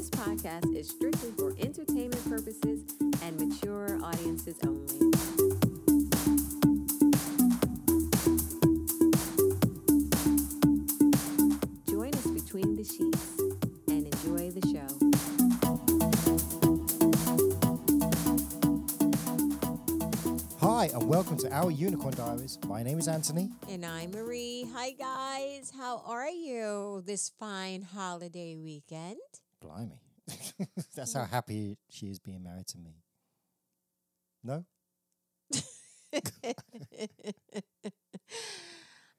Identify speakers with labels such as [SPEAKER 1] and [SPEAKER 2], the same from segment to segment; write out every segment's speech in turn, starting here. [SPEAKER 1] podcast is strictly for entertainment purposes and mature audiences only. Join us between the sheets and enjoy the show.
[SPEAKER 2] Hi, and welcome to Our Unicorn Diaries. My name is Anthony.
[SPEAKER 1] And I'm Marie. Hi, guys. How are you this fine holiday weekend?
[SPEAKER 2] Blimey. That's how happy she is being married to me. No?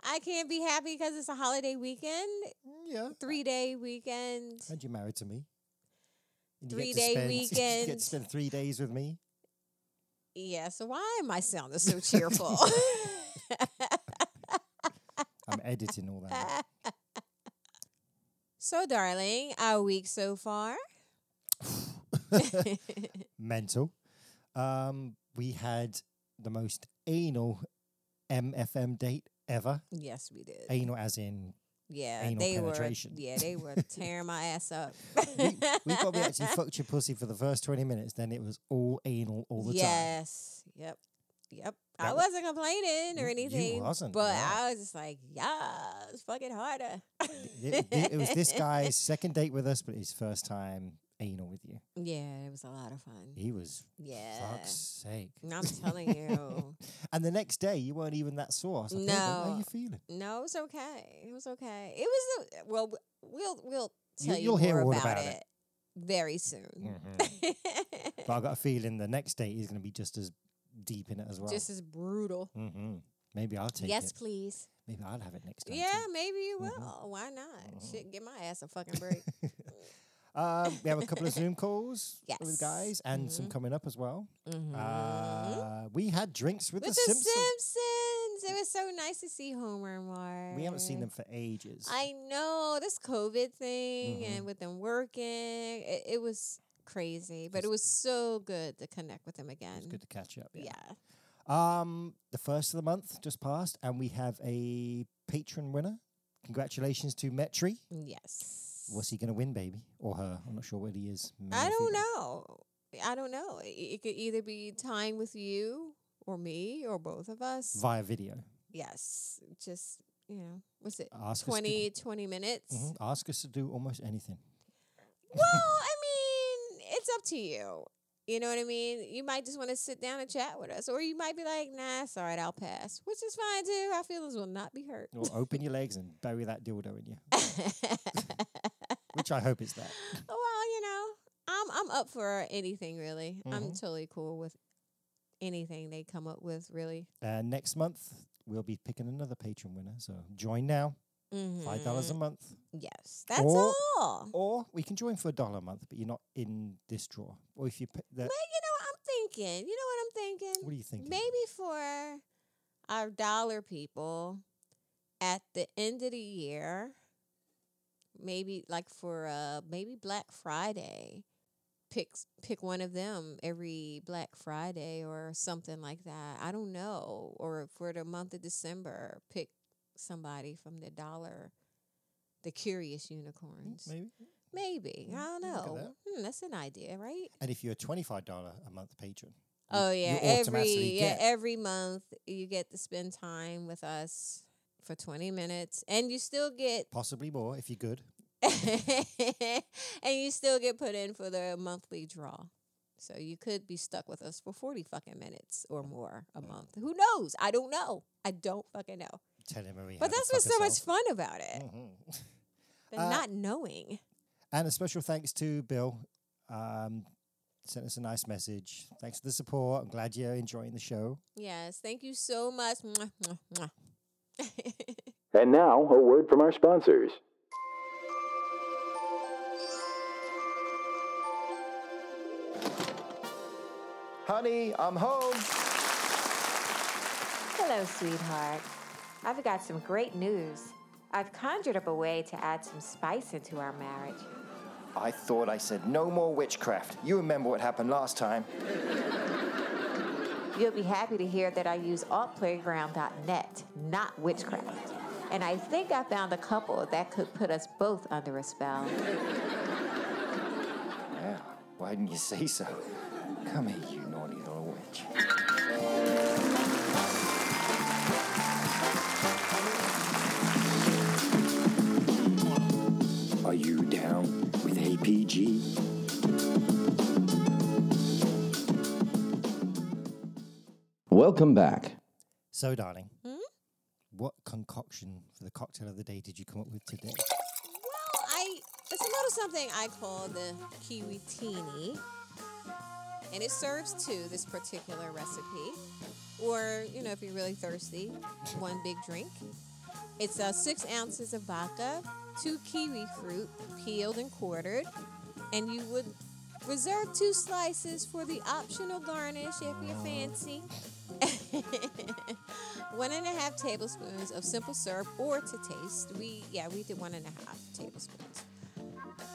[SPEAKER 1] I can't be happy because it's a holiday weekend,
[SPEAKER 2] Yeah.
[SPEAKER 1] three day weekend.
[SPEAKER 2] And you're married to me. And you
[SPEAKER 1] Three
[SPEAKER 2] get to
[SPEAKER 1] day
[SPEAKER 2] spend- You get
[SPEAKER 1] weekend.
[SPEAKER 2] to spend three days with me.
[SPEAKER 1] Yeah, so why am I sounding so cheerful?
[SPEAKER 2] I'm editing all that. out.
[SPEAKER 1] so, darling, our week so far.
[SPEAKER 2] Mental. Um, we had the most anal MFM date ever.
[SPEAKER 1] yes, we did.
[SPEAKER 2] Anal as in
[SPEAKER 1] yeah,
[SPEAKER 2] anal
[SPEAKER 1] they
[SPEAKER 2] penetration.
[SPEAKER 1] were. Yeah, they were tearing my ass up.
[SPEAKER 2] we, we probably actually fucked your pussy for the first 20 minutes, then it was all anal all the time.
[SPEAKER 1] yes. Yep. Yep. I
[SPEAKER 2] That wa-
[SPEAKER 1] wasn't complaining or
[SPEAKER 2] You- you
[SPEAKER 1] anything.
[SPEAKER 2] wasn't,
[SPEAKER 1] But
[SPEAKER 2] no.
[SPEAKER 1] I was just like, yeah, it's fucking harder.
[SPEAKER 2] it, it- it was this guy's second date with us, but his first time anal with you.
[SPEAKER 1] Yeah, it was a lot of fun.
[SPEAKER 2] He was
[SPEAKER 1] Yeah.
[SPEAKER 2] fuck's sake.
[SPEAKER 1] And I'm telling you.
[SPEAKER 2] And the next day, you weren't even that sore. I was like, "Babe, how
[SPEAKER 1] No.
[SPEAKER 2] are you feeling?
[SPEAKER 1] No, it was okay. It was okay. It was a, well. w- We'll we'll
[SPEAKER 2] You-
[SPEAKER 1] tell you,
[SPEAKER 2] you'll hear
[SPEAKER 1] more
[SPEAKER 2] all
[SPEAKER 1] about,
[SPEAKER 2] about
[SPEAKER 1] it.
[SPEAKER 2] it. Mm.
[SPEAKER 1] very soon.
[SPEAKER 2] Mm-hmm. But I got a feeling the next date is going to be just as deep in it as well.
[SPEAKER 1] Just as brutal.
[SPEAKER 2] hmm Maybe I'll take
[SPEAKER 1] yes,
[SPEAKER 2] it.
[SPEAKER 1] please.
[SPEAKER 2] Maybe I'll have it next time.
[SPEAKER 1] Yeah,
[SPEAKER 2] too.
[SPEAKER 1] maybe you will.
[SPEAKER 2] Mhm.
[SPEAKER 1] Why not?
[SPEAKER 2] Mhm.
[SPEAKER 1] Shit, get my ass a fucking break.
[SPEAKER 2] Um, we have a couple of Zoom calls
[SPEAKER 1] Yes.
[SPEAKER 2] with guys and some
[SPEAKER 1] Mhm.
[SPEAKER 2] coming up as well.
[SPEAKER 1] Mhm.
[SPEAKER 2] Uh, we had drinks with
[SPEAKER 1] Mm-hmm. With the,
[SPEAKER 2] Simpsons.
[SPEAKER 1] Simpsons, it was so nice to see Homer and Marge.
[SPEAKER 2] We haven't seen them for ages.
[SPEAKER 1] I know this COVID thing
[SPEAKER 2] Mhm.
[SPEAKER 1] and with them working, it, it was crazy, but it was so good to connect with them again.
[SPEAKER 2] It's good to catch up. yeah.
[SPEAKER 1] yeah.
[SPEAKER 2] Um, the first of the month just passed, and we have a patron winner. Congratulations to Metri.
[SPEAKER 1] Yes.
[SPEAKER 2] What's he going to win, baby, or her? I'm not sure what he is. male
[SPEAKER 1] I
[SPEAKER 2] or
[SPEAKER 1] don't
[SPEAKER 2] female.
[SPEAKER 1] know. I don't know. It, it could either be time with you or me or both of us.
[SPEAKER 2] Via video,
[SPEAKER 1] yes. Just, you know, what's it?
[SPEAKER 2] ask
[SPEAKER 1] twenty twenty 20, 20
[SPEAKER 2] us
[SPEAKER 1] minutes.
[SPEAKER 2] to, Mhm, ask us to do almost anything.
[SPEAKER 1] Well, I mean, it's up to you. You know what I mean? You might just want to sit down and chat with us, or you might be like, nah, it's all right, I'll pass, which is fine too. Our feelings will not be hurt.
[SPEAKER 2] Or open your legs and bury that dildo in you, which I hope is that.
[SPEAKER 1] well, you know, I'm I'm up for anything really. I'm
[SPEAKER 2] Mhm.
[SPEAKER 1] totally cool with anything they come up with really.
[SPEAKER 2] Uh, next month we'll be picking another patron winner, so join now, five dollars a Oh.
[SPEAKER 1] Mhm.
[SPEAKER 2] month,
[SPEAKER 1] Yes, that's
[SPEAKER 2] Or-
[SPEAKER 1] all.
[SPEAKER 2] or we can join for a dollar a month, but you're not in this draw. Or if you, p- the,
[SPEAKER 1] Well, you know, what I'm thinking. You know what I'm thinking?
[SPEAKER 2] what do you think?
[SPEAKER 1] Maybe for our dollar people at the end of the year, maybe like for uh maybe Black Friday, pick s- pick one of them every Black Friday or something like that. I don't know. Or for the month of December, pick somebody from the dollar, the Curious
[SPEAKER 2] Mm,
[SPEAKER 1] Unicorns. Maybe.
[SPEAKER 2] Maybe.
[SPEAKER 1] I don't
[SPEAKER 2] mm, look at
[SPEAKER 1] know.
[SPEAKER 2] that.
[SPEAKER 1] Hmm, that's an idea, right?
[SPEAKER 2] And if you're a twenty-five dollar a month patron, you-
[SPEAKER 1] Oh
[SPEAKER 2] you
[SPEAKER 1] yeah,
[SPEAKER 2] automatically
[SPEAKER 1] every yeah
[SPEAKER 2] get-
[SPEAKER 1] every month you get to spend time with us for twenty minutes, and you still get
[SPEAKER 2] possibly more if you're good.
[SPEAKER 1] and you still get put in for the monthly draw. So you could be stuck with us for forty fucking minutes or more a month. Who knows? I don't know. I don't fucking know.
[SPEAKER 2] Tell him Marie.
[SPEAKER 1] But that's what's so much eh. fun about it.
[SPEAKER 2] much.
[SPEAKER 1] The
[SPEAKER 2] Mm. Uh,
[SPEAKER 1] not knowing.
[SPEAKER 2] and a special thanks to Bill. Um, sent us a nice message. Thanks for the support. I'm glad you're enjoying the show.
[SPEAKER 1] Yes. Thank you so much. Mwah, mwah, mwah.
[SPEAKER 3] And now, a word from our sponsors.
[SPEAKER 2] Honey, I'm home.
[SPEAKER 1] Hello, sweetheart. I've got some great news. I've conjured up a way to add some spice into our marriage.
[SPEAKER 2] I thought I said no more witchcraft. You remember what happened last time.
[SPEAKER 1] You'll be happy to hear that I use altplayground.net, not witchcraft. And I think I found a couple that could put us both under a spell.
[SPEAKER 2] Yeah, Why didn't you say so? Come here, you naughty little witch. Are you down with APG? Welcome back.
[SPEAKER 4] So, darling,
[SPEAKER 1] Hmm?
[SPEAKER 4] what concoction for the cocktail of the day did you come up with today?
[SPEAKER 1] Well, I it's a little something I call the kiwi teeny, and it serves two. This particular recipe, or you know, if you're really thirsty, one big drink. It's uh, six ounces of vodka, two kiwi fruit peeled and quartered, and you would reserve two slices for the optional garnish if you fancy. one and a half tablespoons of simple syrup or to taste. We yeah, we did one and a half tablespoons.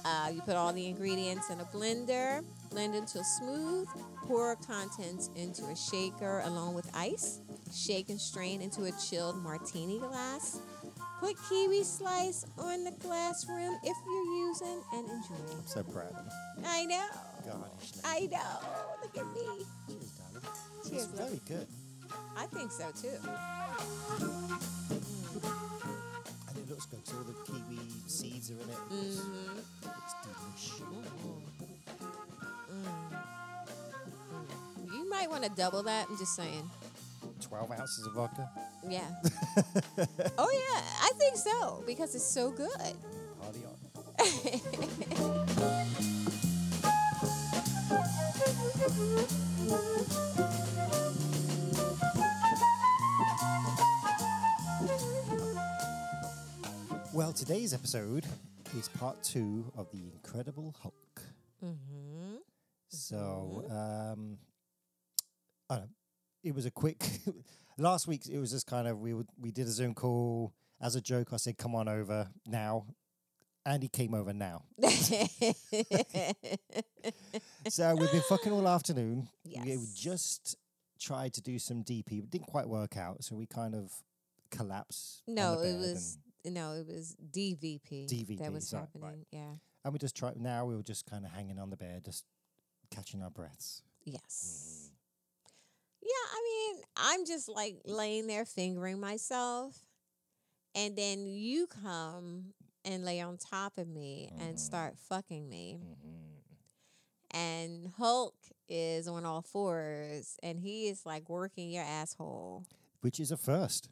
[SPEAKER 1] Uh, you put all the ingredients in a blender, blend until smooth, pour contents into a shaker along with ice, shake and strain into a chilled martini glass. Put kiwi slice on the glass rim if you're using and enjoy.
[SPEAKER 4] So proud of you.
[SPEAKER 1] I know.
[SPEAKER 4] Garnish now.
[SPEAKER 1] I know. Look at me.
[SPEAKER 4] Cheers, darling.
[SPEAKER 1] Cheers,
[SPEAKER 4] it's
[SPEAKER 1] love.
[SPEAKER 4] very good.
[SPEAKER 1] I think so too.
[SPEAKER 4] And it looks good 'cause all the kiwi seeds are in it.
[SPEAKER 1] Mhm.
[SPEAKER 4] It's delicious.
[SPEAKER 1] You might want to double that. I'm just saying.
[SPEAKER 4] 12 ounces of vodka.
[SPEAKER 1] Yeah. oh yeah, I think so because it's so good.
[SPEAKER 4] Party on. Well, today's episode is part two of The Incredible Hulk.
[SPEAKER 1] Mm-hmm.
[SPEAKER 4] So, um, I don't know. It was a quick. last week, it was just kind of we would, we did a Zoom call as a joke. I said, "Come on over now," and he came over now. So we've been fucking all afternoon. We
[SPEAKER 1] Yes.
[SPEAKER 4] just tried to do some DP, but didn't quite work out. So we kind of collapsed. on the
[SPEAKER 1] no, it
[SPEAKER 4] bed
[SPEAKER 1] was no, it was DVP.
[SPEAKER 4] DVP,
[SPEAKER 1] that was
[SPEAKER 4] sorry,
[SPEAKER 1] happening.
[SPEAKER 4] right.
[SPEAKER 1] Yeah.
[SPEAKER 4] and, and we just tried. Now we were just kind of hanging on the bed, just catching our breaths. Mm-hmm.
[SPEAKER 1] Yes. Yeah, I mean, I'm just like laying there fingering myself. And then you come and lay on top of me
[SPEAKER 4] Mm-hmm.
[SPEAKER 1] and start fucking me. And Hulk is on all fours and he is like working your asshole.
[SPEAKER 4] Which is a first.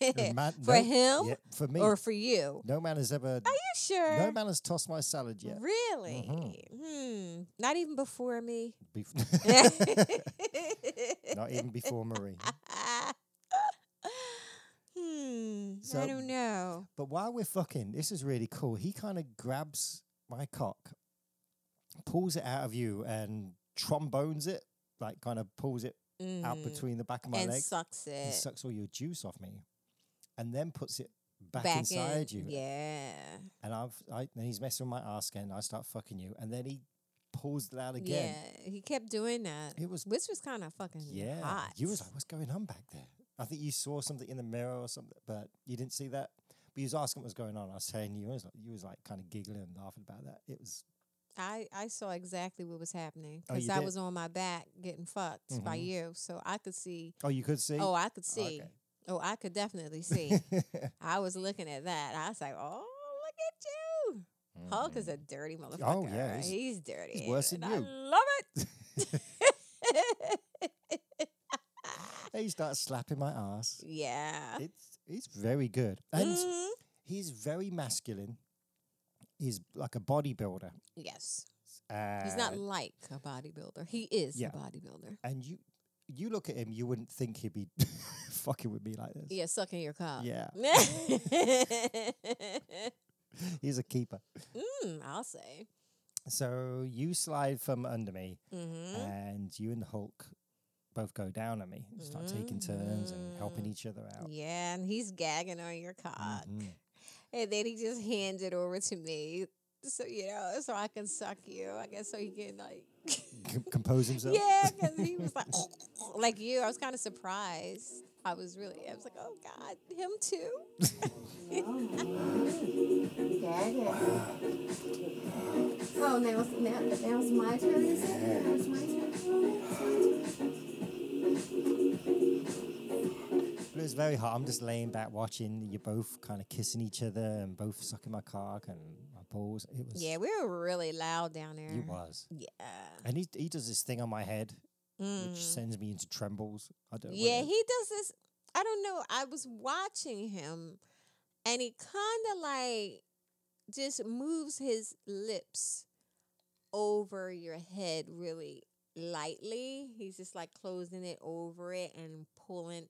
[SPEAKER 4] A man-
[SPEAKER 1] eh, for
[SPEAKER 4] no-
[SPEAKER 1] him
[SPEAKER 4] yeah, for me.
[SPEAKER 1] or for you.
[SPEAKER 4] no man has ever.
[SPEAKER 1] Are you sure?
[SPEAKER 4] No man has tossed my salad yet.
[SPEAKER 1] Really?
[SPEAKER 4] Mm-hmm.
[SPEAKER 1] Hmm. Not even before me.
[SPEAKER 4] Bef- Not even before Marie.
[SPEAKER 1] hmm.
[SPEAKER 4] So-
[SPEAKER 1] I don't know.
[SPEAKER 4] But while we're fucking, this is really cool. He kind of grabs my cock, pulls it out of you, and trombones it, like kind of pulls it out
[SPEAKER 1] Mm.
[SPEAKER 4] between the back of my
[SPEAKER 1] and
[SPEAKER 4] legs
[SPEAKER 1] sucks it
[SPEAKER 4] and sucks all your juice off me, and then puts it back,
[SPEAKER 1] in.
[SPEAKER 4] inside you.
[SPEAKER 1] Yeah.
[SPEAKER 4] And I've, I, and he's messing with my ass again. And I start fucking you, and then he pulls it out again.
[SPEAKER 1] Yeah. He kept doing that.
[SPEAKER 4] It was-
[SPEAKER 1] which was kind of fucking
[SPEAKER 4] Yeah,
[SPEAKER 1] hot.
[SPEAKER 4] you was like, "What's going on back there?" I think you saw something in the mirror or something, but you didn't see that. But you was asking what was going on. I was telling you, I was like, you was like kind of giggling and laughing about that. It was
[SPEAKER 1] I I saw exactly what was happening
[SPEAKER 4] Oh,
[SPEAKER 1] because
[SPEAKER 4] you
[SPEAKER 1] I
[SPEAKER 4] did? Mm-hmm.
[SPEAKER 1] was on my back getting fucked by you, so I could see.
[SPEAKER 4] oh, you could see.
[SPEAKER 1] Oh, I could
[SPEAKER 4] Oh, okay.
[SPEAKER 1] see. Oh, I could definitely see. I was looking at that. I was like, oh, look at you. Hulk is a dirty motherfucker.
[SPEAKER 4] Mm-hmm. Oh, yeah, he's-
[SPEAKER 1] he's, dirty.
[SPEAKER 4] he's worse than
[SPEAKER 1] and I
[SPEAKER 4] you.
[SPEAKER 1] love it.
[SPEAKER 4] And he starts slapping my ass.
[SPEAKER 1] yeah.
[SPEAKER 4] It's it's very good, and
[SPEAKER 1] Mhm.
[SPEAKER 4] he's very masculine. He's like a bodybuilder.
[SPEAKER 1] Yes.
[SPEAKER 4] Uh,
[SPEAKER 1] He's not like a bodybuilder. He is
[SPEAKER 4] yeah.
[SPEAKER 1] a bodybuilder.
[SPEAKER 4] and you you look at him, you wouldn't think he'd be fucking with me like this.
[SPEAKER 1] Yeah, sucking your cock.
[SPEAKER 4] Yeah.
[SPEAKER 1] mm,
[SPEAKER 4] He's a keeper.
[SPEAKER 1] Hmm, I'll say.
[SPEAKER 4] So you slide from under me.
[SPEAKER 1] Mm-hmm.
[SPEAKER 4] and you and the Hulk both go down on me and start taking turns and helping
[SPEAKER 1] Hmm.
[SPEAKER 4] each other out.
[SPEAKER 1] Yeah, and he's gagging on your cock.
[SPEAKER 4] Mhm.
[SPEAKER 1] And then he just hands it over to me. So, you know, so I can suck you. I guess so he can, like,
[SPEAKER 4] Com- compose himself.
[SPEAKER 1] yeah, because he was like, like you. I was kind of surprised. I was really, I was like, oh God, him too?
[SPEAKER 5] Gag it. Oh, So now, it's- now, now it's my turn. Is it? Now it's my turn.
[SPEAKER 4] But it was very hard. I'm just laying back watching you both kind of kissing each other and both sucking my cock and my balls. It was.
[SPEAKER 1] Yeah, we were really loud down there.
[SPEAKER 4] It was.
[SPEAKER 1] Yeah.
[SPEAKER 4] And he, he does this thing on my head,
[SPEAKER 1] Mm.
[SPEAKER 4] which sends me into trembles. I don't.
[SPEAKER 1] Yeah,
[SPEAKER 4] know.
[SPEAKER 1] he does this. I don't know. I was watching him, and he kind of like just moves his lips over your head really lightly. He's just like closing it over it and pulling,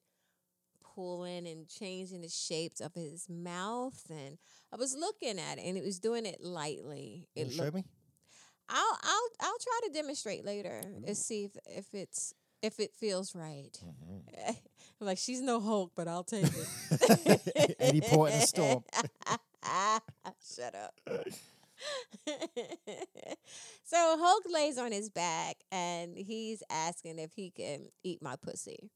[SPEAKER 1] pulling, and changing the shapes of his mouth. And I was looking at it, and it was doing it lightly.
[SPEAKER 4] You
[SPEAKER 1] It
[SPEAKER 4] wanna show
[SPEAKER 1] looked.
[SPEAKER 4] me.
[SPEAKER 1] I'll I'll I'll try to demonstrate later
[SPEAKER 4] Mm-hmm.
[SPEAKER 1] and see if if it's if it feels right.
[SPEAKER 4] Mm-hmm.
[SPEAKER 1] I'm like she's no Hulk, but I'll take it.
[SPEAKER 4] Any port in a storm.
[SPEAKER 1] Shut up. so Hulk lays on his back and he's asking if he can eat my pussy.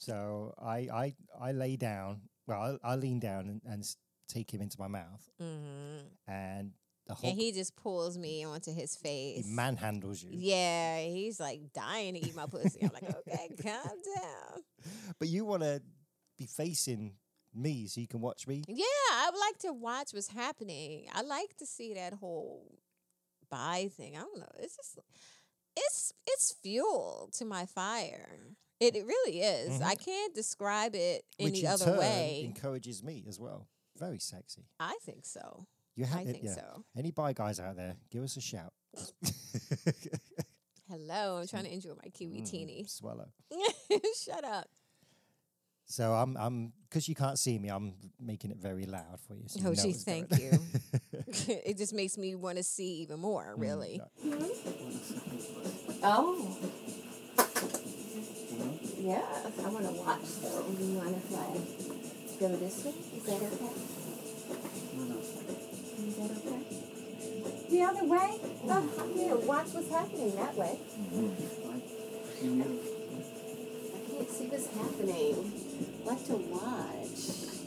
[SPEAKER 4] So I I I lay down. Well, I, I lean down and, and s- take him into my mouth,
[SPEAKER 1] Mm-hmm.
[SPEAKER 4] and the whole
[SPEAKER 1] And he just pulls me onto his
[SPEAKER 4] he
[SPEAKER 1] face.
[SPEAKER 4] manhandles you.
[SPEAKER 1] yeah, he's like dying to eat my pussy. I'm like, okay, calm down.
[SPEAKER 4] But you want to be facing me so you can watch me.
[SPEAKER 1] Yeah, I would like to watch what's happening. I like to see that whole buy thing. I don't know. It's just it's it's fuel to my fire. It, it really is.
[SPEAKER 4] Mm-hmm.
[SPEAKER 1] I can't describe it
[SPEAKER 4] which
[SPEAKER 1] any
[SPEAKER 4] in
[SPEAKER 1] other
[SPEAKER 4] turn
[SPEAKER 1] way.
[SPEAKER 4] encourages me as well. Very sexy.
[SPEAKER 1] I think so.
[SPEAKER 4] You ha- eh,
[SPEAKER 1] I think
[SPEAKER 4] yeah.
[SPEAKER 1] so.
[SPEAKER 4] Any bi guys out there, give us a shout.
[SPEAKER 1] Hello, I'm trying to enjoy my kiwi
[SPEAKER 4] Mm,
[SPEAKER 1] teeny.
[SPEAKER 4] Swallow.
[SPEAKER 1] Shut up.
[SPEAKER 4] So I'm I'm because you can't see me, I'm making it very loud for you. So you
[SPEAKER 1] Oh,
[SPEAKER 4] know
[SPEAKER 1] gee,
[SPEAKER 4] it's going-
[SPEAKER 1] thank you. it just makes me want to see even more, really.
[SPEAKER 5] Oh. Yeah, I want to watch though. Do you want to like go this way? Is that okay? Is that okay? The other way? No, I'm here. Watch what's happening that way. I can't see what's happening. What to watch?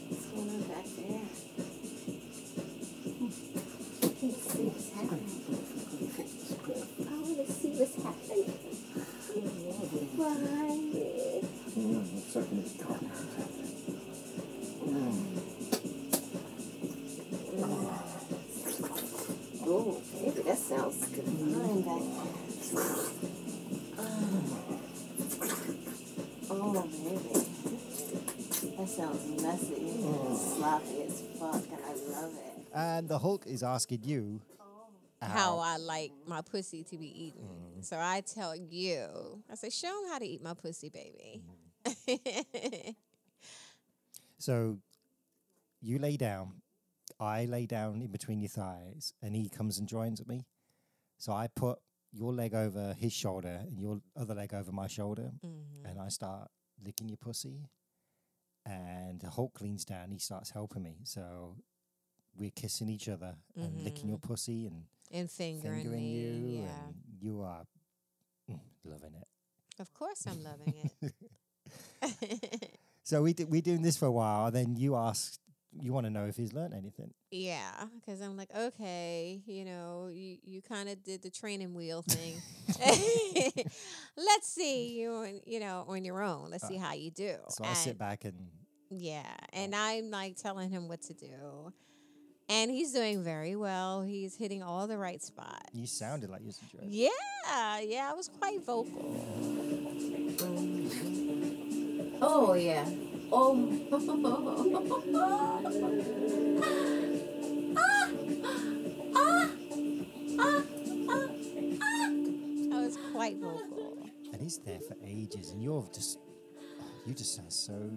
[SPEAKER 5] What's going on back there? I can't see what's happening. I want to see what's happening. Blinded. Oh, baby, that sounds good. Mine back there. Oh, baby. That sounds messy. and Sloppy as fuck, and I love it.
[SPEAKER 4] And the Hulk is asking you
[SPEAKER 1] how I like my pussy to be eaten.
[SPEAKER 4] Mm.
[SPEAKER 1] So I tell you, I say, show him how to eat my pussy, baby.
[SPEAKER 4] Mm-hmm. So you lay down, I lay down in between your thighs, and he comes and joins me. So I put your leg over his shoulder and your other leg over my shoulder, and I start licking your pussy. And the Hulk leans down, he starts helping me. So we're kissing each other and licking your pussy and
[SPEAKER 1] and fingering,
[SPEAKER 4] fingering,
[SPEAKER 1] me.
[SPEAKER 4] you,
[SPEAKER 1] yeah.
[SPEAKER 4] and you are mm, loving it.
[SPEAKER 1] Of course I'm loving it.
[SPEAKER 4] So we d- we doing this for a while, and then you ask, you want to know if he's learned anything.
[SPEAKER 1] yeah. Because I'm like, okay, you know, you, you kind of did the training wheel thing. Let's see you, on, you know, on your own. Let's see how you do.
[SPEAKER 4] Uh, So I sit
[SPEAKER 1] And-
[SPEAKER 4] back and
[SPEAKER 1] Yeah, and
[SPEAKER 5] Oh.
[SPEAKER 1] I'm like telling him what to do. And he's doing very well. He's hitting all the right spots.
[SPEAKER 4] you sounded like you was enjoying. it.
[SPEAKER 1] Yeah, yeah, I was quite vocal.
[SPEAKER 5] Oh, yeah. Oh.
[SPEAKER 1] I was quite vocal.
[SPEAKER 4] And he's there for ages, and you're just you just sound so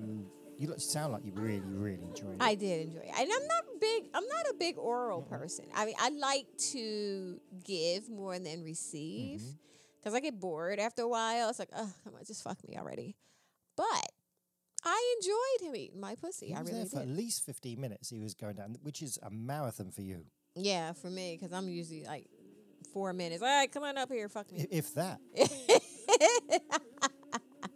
[SPEAKER 4] you look, sound like you really really enjoying it.
[SPEAKER 1] I did enjoy it. And I'm not big I'm not a big oral
[SPEAKER 4] Mm-hmm.
[SPEAKER 1] person. I mean, I like to give more than receive
[SPEAKER 4] Mm-hmm.
[SPEAKER 1] cuz I get bored after a while. It's like, "Oh, come on, just fuck me already." But I enjoyed him eating my pussy.
[SPEAKER 4] He
[SPEAKER 1] I
[SPEAKER 4] was
[SPEAKER 1] really
[SPEAKER 4] there for
[SPEAKER 1] did.
[SPEAKER 4] at least fifteen minutes. He was going down, which is a marathon for you,
[SPEAKER 1] Yeah, for me, because I'm usually like four minutes. All right, come on up here, fuck
[SPEAKER 4] i-
[SPEAKER 1] me.
[SPEAKER 4] if that.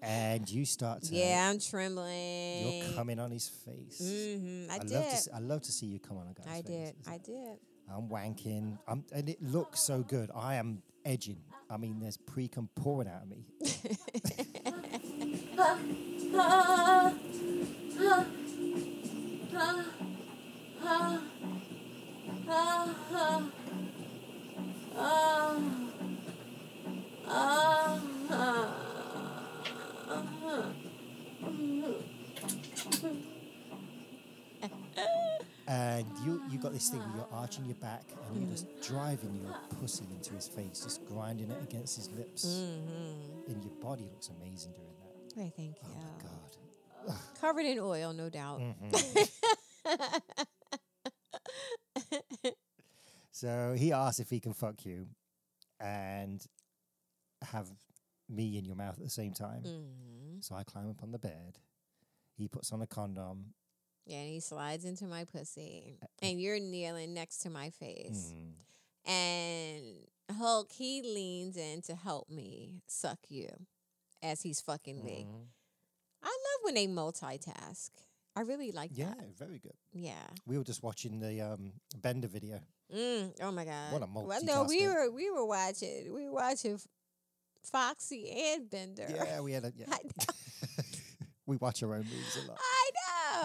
[SPEAKER 4] and you start to
[SPEAKER 1] yeah, I'm trembling.
[SPEAKER 4] you're coming on his face.
[SPEAKER 1] hmm I,
[SPEAKER 4] I
[SPEAKER 1] did.
[SPEAKER 4] love to see, I love to see you come on a guy's
[SPEAKER 1] I
[SPEAKER 4] face.
[SPEAKER 1] did.
[SPEAKER 4] It's
[SPEAKER 1] I did.
[SPEAKER 4] I'm wanking. I'm, and it looks so good. I am edging. I mean, there's precum pouring out of me. And you, you got this thing where you're arching your back and you're just driving your pussy into his face, just grinding it against his lips. And your body looks amazing doing that.
[SPEAKER 1] I think
[SPEAKER 4] Oh my
[SPEAKER 1] yeah.
[SPEAKER 4] God. Mm-hmm.
[SPEAKER 1] Covered in oil, no doubt.
[SPEAKER 4] So he asks if he can fuck you and have me in your mouth at the same time.
[SPEAKER 1] hmm
[SPEAKER 4] So I climb up on the bed. He puts on a condom.
[SPEAKER 1] Yeah, and he slides into my pussy, and you're kneeling next to my face.
[SPEAKER 4] Mm.
[SPEAKER 1] And Hulk, he leans in to help me suck you as he's fucking me.
[SPEAKER 4] Mm-hmm.
[SPEAKER 1] I love when they multitask. I really like
[SPEAKER 4] Yeah,
[SPEAKER 1] that.
[SPEAKER 4] very good.
[SPEAKER 1] Yeah.
[SPEAKER 4] We were just watching the um, Bender video.
[SPEAKER 1] Mm, oh my god.
[SPEAKER 4] What a
[SPEAKER 1] Well, no, we
[SPEAKER 4] multitasker.
[SPEAKER 1] were we were watching we were watching Foxy and Bender.
[SPEAKER 4] Yeah, we had a. Yeah.
[SPEAKER 1] I
[SPEAKER 4] we watch our own movies a lot.
[SPEAKER 1] I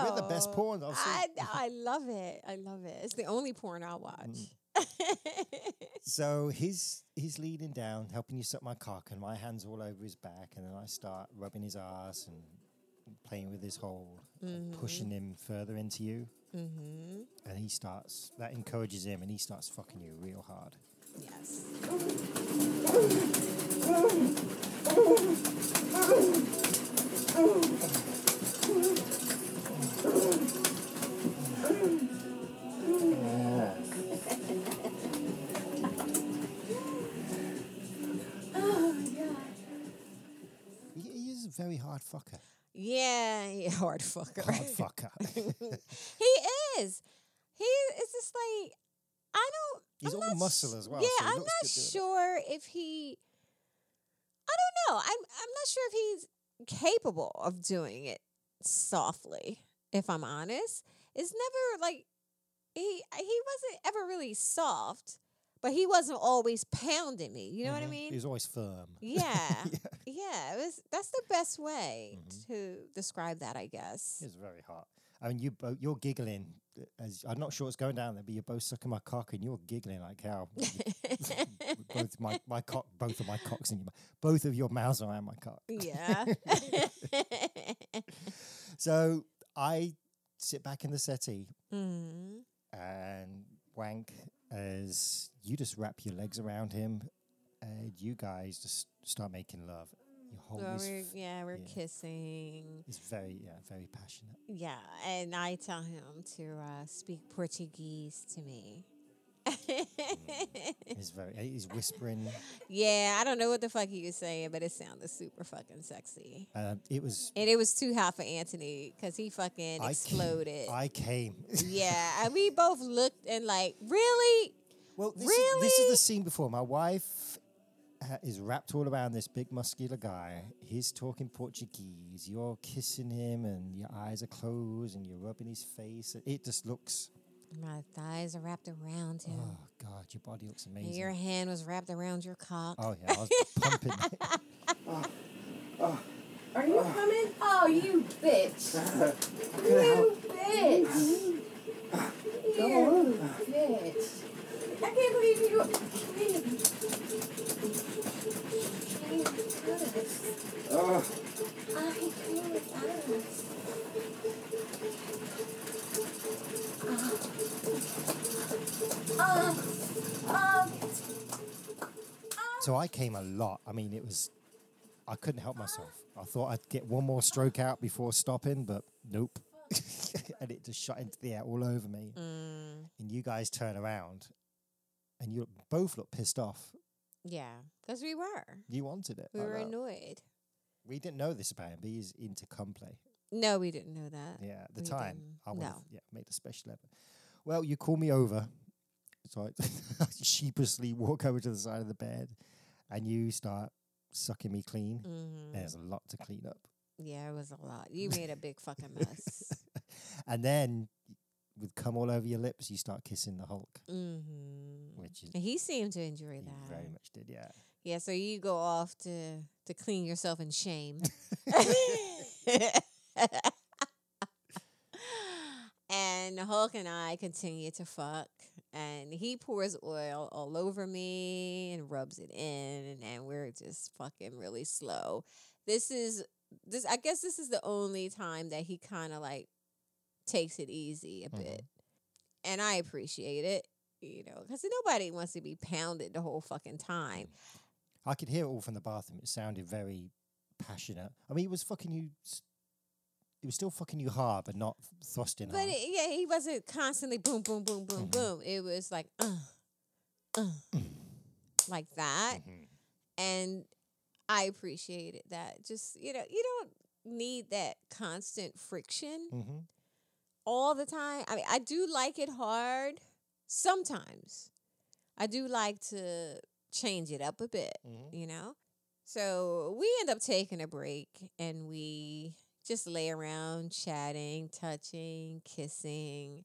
[SPEAKER 1] know.
[SPEAKER 4] We're the best porn I've
[SPEAKER 1] Oh, I
[SPEAKER 4] seen. Mm.
[SPEAKER 1] know, I love it. I love it. It's the only porn I'll watch.
[SPEAKER 4] So he's he's leaning down, helping you suck my cock, and my hands all over his back, and then I start rubbing his ass and playing with his hole, and pushing him further into you,
[SPEAKER 1] mm-hmm.
[SPEAKER 4] and he starts that encourages him, and he starts fucking you real hard.
[SPEAKER 1] Yes.
[SPEAKER 4] He, he is a very hard fucker.
[SPEAKER 1] Yeah, yeah, hard fucker.
[SPEAKER 4] Hard fucker.
[SPEAKER 1] he is. He is just like I don't.
[SPEAKER 4] He's
[SPEAKER 1] I'm
[SPEAKER 4] all
[SPEAKER 1] not sh-
[SPEAKER 4] muscle as well.
[SPEAKER 1] Yeah,
[SPEAKER 4] so he
[SPEAKER 1] I'm
[SPEAKER 4] looks
[SPEAKER 1] not
[SPEAKER 4] good doing it.
[SPEAKER 1] sure if he. I don't know. I'm I'm not sure if he's capable of doing it softly. If I'm honest, it's never like he he wasn't ever really soft, but he wasn't always pounding me. You know what I
[SPEAKER 4] Mhm.
[SPEAKER 1] mean?
[SPEAKER 4] He's always firm.
[SPEAKER 1] Yeah.
[SPEAKER 4] Yeah.
[SPEAKER 1] yeah, it was that's the best way
[SPEAKER 4] Mhm.
[SPEAKER 1] to describe that, I guess.
[SPEAKER 4] It's very hot. I mean, you both, you're giggling. uh, As I'm not sure what's going down there, but you're both sucking my cock and you're giggling like hell. With both my, my cock, both of my cocks in your mouth, both of your mouths around my cock.
[SPEAKER 1] yeah.
[SPEAKER 4] So I sit back in the settee
[SPEAKER 1] Mhm.
[SPEAKER 4] and wank as you just wrap your legs around him, and you guys just start making love. Your whole
[SPEAKER 1] So
[SPEAKER 4] is
[SPEAKER 1] we're,
[SPEAKER 4] f-
[SPEAKER 1] yeah, we're
[SPEAKER 4] yeah.
[SPEAKER 1] kissing.
[SPEAKER 4] is very, yeah, very passionate.
[SPEAKER 1] Yeah, and I tell him to uh, speak Portuguese to me.
[SPEAKER 4] He's very, he's whispering.
[SPEAKER 1] yeah, I don't know what the fuck he was saying, but it sounded super fucking sexy.
[SPEAKER 4] Uh, it was.
[SPEAKER 1] And it was too hot for Anthony because he fucking
[SPEAKER 4] I ca-
[SPEAKER 1] exploded.
[SPEAKER 4] I came.
[SPEAKER 1] yeah, and we both looked and like, really?
[SPEAKER 4] Well, this, is, this is
[SPEAKER 1] Really?
[SPEAKER 4] the scene before. My wife ha- is wrapped all around this big muscular guy. He's talking Portuguese. You're kissing him, and your eyes are closed, and you're rubbing his face. It just looks.
[SPEAKER 1] My thighs are wrapped around him.
[SPEAKER 4] Oh God, your body looks
[SPEAKER 1] and
[SPEAKER 4] amazing.
[SPEAKER 1] your hand was wrapped around your cock.
[SPEAKER 4] oh yeah, I was pumping.
[SPEAKER 5] Are you coming? Oh, you bitch. you bitch. you bitch. I can't believe you. I can't do this. I can't do this. Oh. Oh. Oh.
[SPEAKER 4] so I came a lot. I mean, it was. I couldn't help myself. I thought I'd get one more stroke out before stopping, but nope. and it just shot into the air all over me.
[SPEAKER 1] Mm,
[SPEAKER 4] and you guys turn around and you both look pissed off.
[SPEAKER 1] yeah, because we were.
[SPEAKER 4] You wanted it.
[SPEAKER 1] We
[SPEAKER 4] I
[SPEAKER 1] were
[SPEAKER 4] know.
[SPEAKER 1] annoyed.
[SPEAKER 4] we didn't know this about him, but he's into cum play.
[SPEAKER 1] No, we didn't know that.
[SPEAKER 4] Yeah, at the
[SPEAKER 1] we
[SPEAKER 4] time.
[SPEAKER 1] didn't.
[SPEAKER 4] I would have
[SPEAKER 1] No.
[SPEAKER 4] yeah, made a special effort. Well, you call me over. So I sheepishly walk over to the side of the bed and you start sucking me clean.
[SPEAKER 1] hmm
[SPEAKER 4] There's a lot to clean up.
[SPEAKER 1] Yeah, it was a lot. You made a big fucking mess.
[SPEAKER 4] And then with cum all over your lips, you start kissing the Hulk,
[SPEAKER 1] Mm-hmm.
[SPEAKER 4] which is
[SPEAKER 1] And he seemed to enjoy
[SPEAKER 4] he
[SPEAKER 1] that.
[SPEAKER 4] very much did. Yeah,
[SPEAKER 1] Yeah, so you go off to to clean yourself in shame. and Hulk and I continue to fuck. And he pours oil all over me and rubs it in and we're just fucking really slow. This is this I guess this is the only time that he kinda like takes it easy a
[SPEAKER 4] Mhm.
[SPEAKER 1] bit. And I appreciate it, you know, because nobody wants to be pounded the whole fucking time.
[SPEAKER 4] I could hear it all from the bathroom. It sounded very passionate. I mean, it was fucking you. s- It was still fucking you hard, but not thrusting
[SPEAKER 1] But
[SPEAKER 4] hard.
[SPEAKER 1] it, yeah, he wasn't constantly boom, boom, boom, boom,
[SPEAKER 4] Mhm.
[SPEAKER 1] boom. It was like, uh, uh, like that.
[SPEAKER 4] Mhm.
[SPEAKER 1] And I appreciated that. Just, you know, you don't need that constant friction
[SPEAKER 4] Mhm.
[SPEAKER 1] all the time. I mean, I do like it hard sometimes. I do like to change it up a bit,
[SPEAKER 4] Mhm.
[SPEAKER 1] you know? So we end up taking a break and we just lay around chatting, touching, kissing.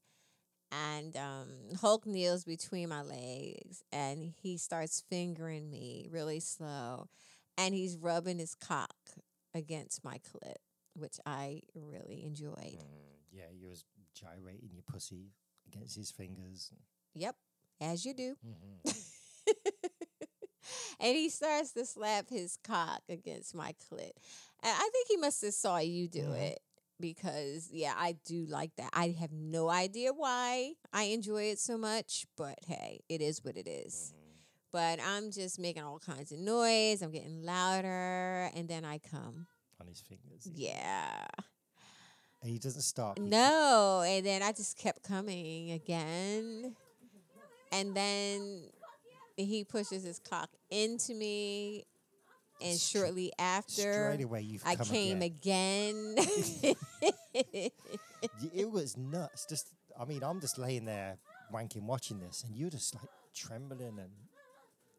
[SPEAKER 1] And um, Hulk kneels between my legs and he starts fingering me really slow. And he's rubbing his cock against my clit, which I really enjoyed.
[SPEAKER 4] Mm, Yeah, you was gyrating your pussy against his fingers.
[SPEAKER 1] Yep, as you do.
[SPEAKER 4] Mhm.
[SPEAKER 1] and he starts to slap his cock against my clit. And I think he must have saw you do
[SPEAKER 4] Mhm.
[SPEAKER 1] it because yeah, I do like that. I have no idea why I enjoy it so much, but hey, it is what it is. But I'm just making all kinds of noise. I'm getting louder, and then I come.
[SPEAKER 4] on his fingers.
[SPEAKER 1] Yeah.
[SPEAKER 4] And he doesn't stop. he-
[SPEAKER 1] No, and then I just kept coming again. And then he pushes his cock into me. And
[SPEAKER 4] Stra-
[SPEAKER 1] shortly after,
[SPEAKER 4] Straight away, you've
[SPEAKER 1] I
[SPEAKER 4] come
[SPEAKER 1] came
[SPEAKER 4] again.
[SPEAKER 1] again.
[SPEAKER 4] Y- It was nuts. Just, I mean, I'm just laying there wanking, watching this, and you're just like trembling, and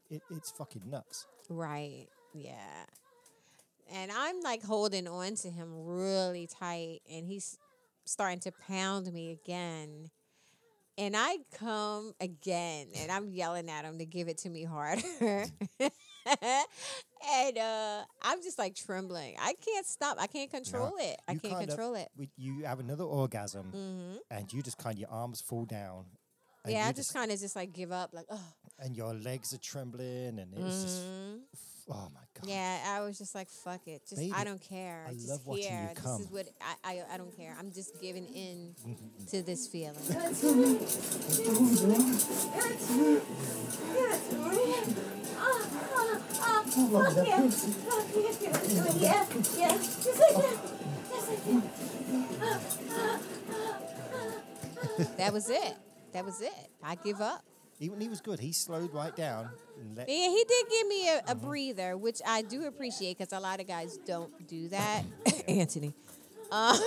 [SPEAKER 4] it, it's fucking nuts.
[SPEAKER 1] right. Yeah. And I'm like holding on to him really tight. And he's starting to pound me again. And I come again and I'm yelling at him to give it to me harder. and uh, I'm just like trembling. I can't stop. I can't control it. I
[SPEAKER 4] you
[SPEAKER 1] can't
[SPEAKER 4] kind of-
[SPEAKER 1] control it.
[SPEAKER 4] We- You have another orgasm,
[SPEAKER 1] hmm
[SPEAKER 4] and you just kind of your arms fall down. And
[SPEAKER 1] Yeah,
[SPEAKER 4] you
[SPEAKER 1] I just kind of just like give up. Like, Mm-hmm. oh.
[SPEAKER 4] and your legs are trembling, and it was just f- oh my god.
[SPEAKER 1] Yeah, I was just like, fuck it. Just I
[SPEAKER 4] Baby,
[SPEAKER 1] don't care.
[SPEAKER 4] I
[SPEAKER 1] just
[SPEAKER 4] love watching you
[SPEAKER 1] here.
[SPEAKER 4] come.
[SPEAKER 1] This is what I, I I don't care. I'm just giving in to this feeling. that was it. That was it. I give up.
[SPEAKER 4] Even he was good. He slowed right down and let.
[SPEAKER 1] Yeah, he did give me a, a
[SPEAKER 4] Uh-huh.
[SPEAKER 1] breather, which I do appreciate because a lot of guys don't do that. Anthony. Uh,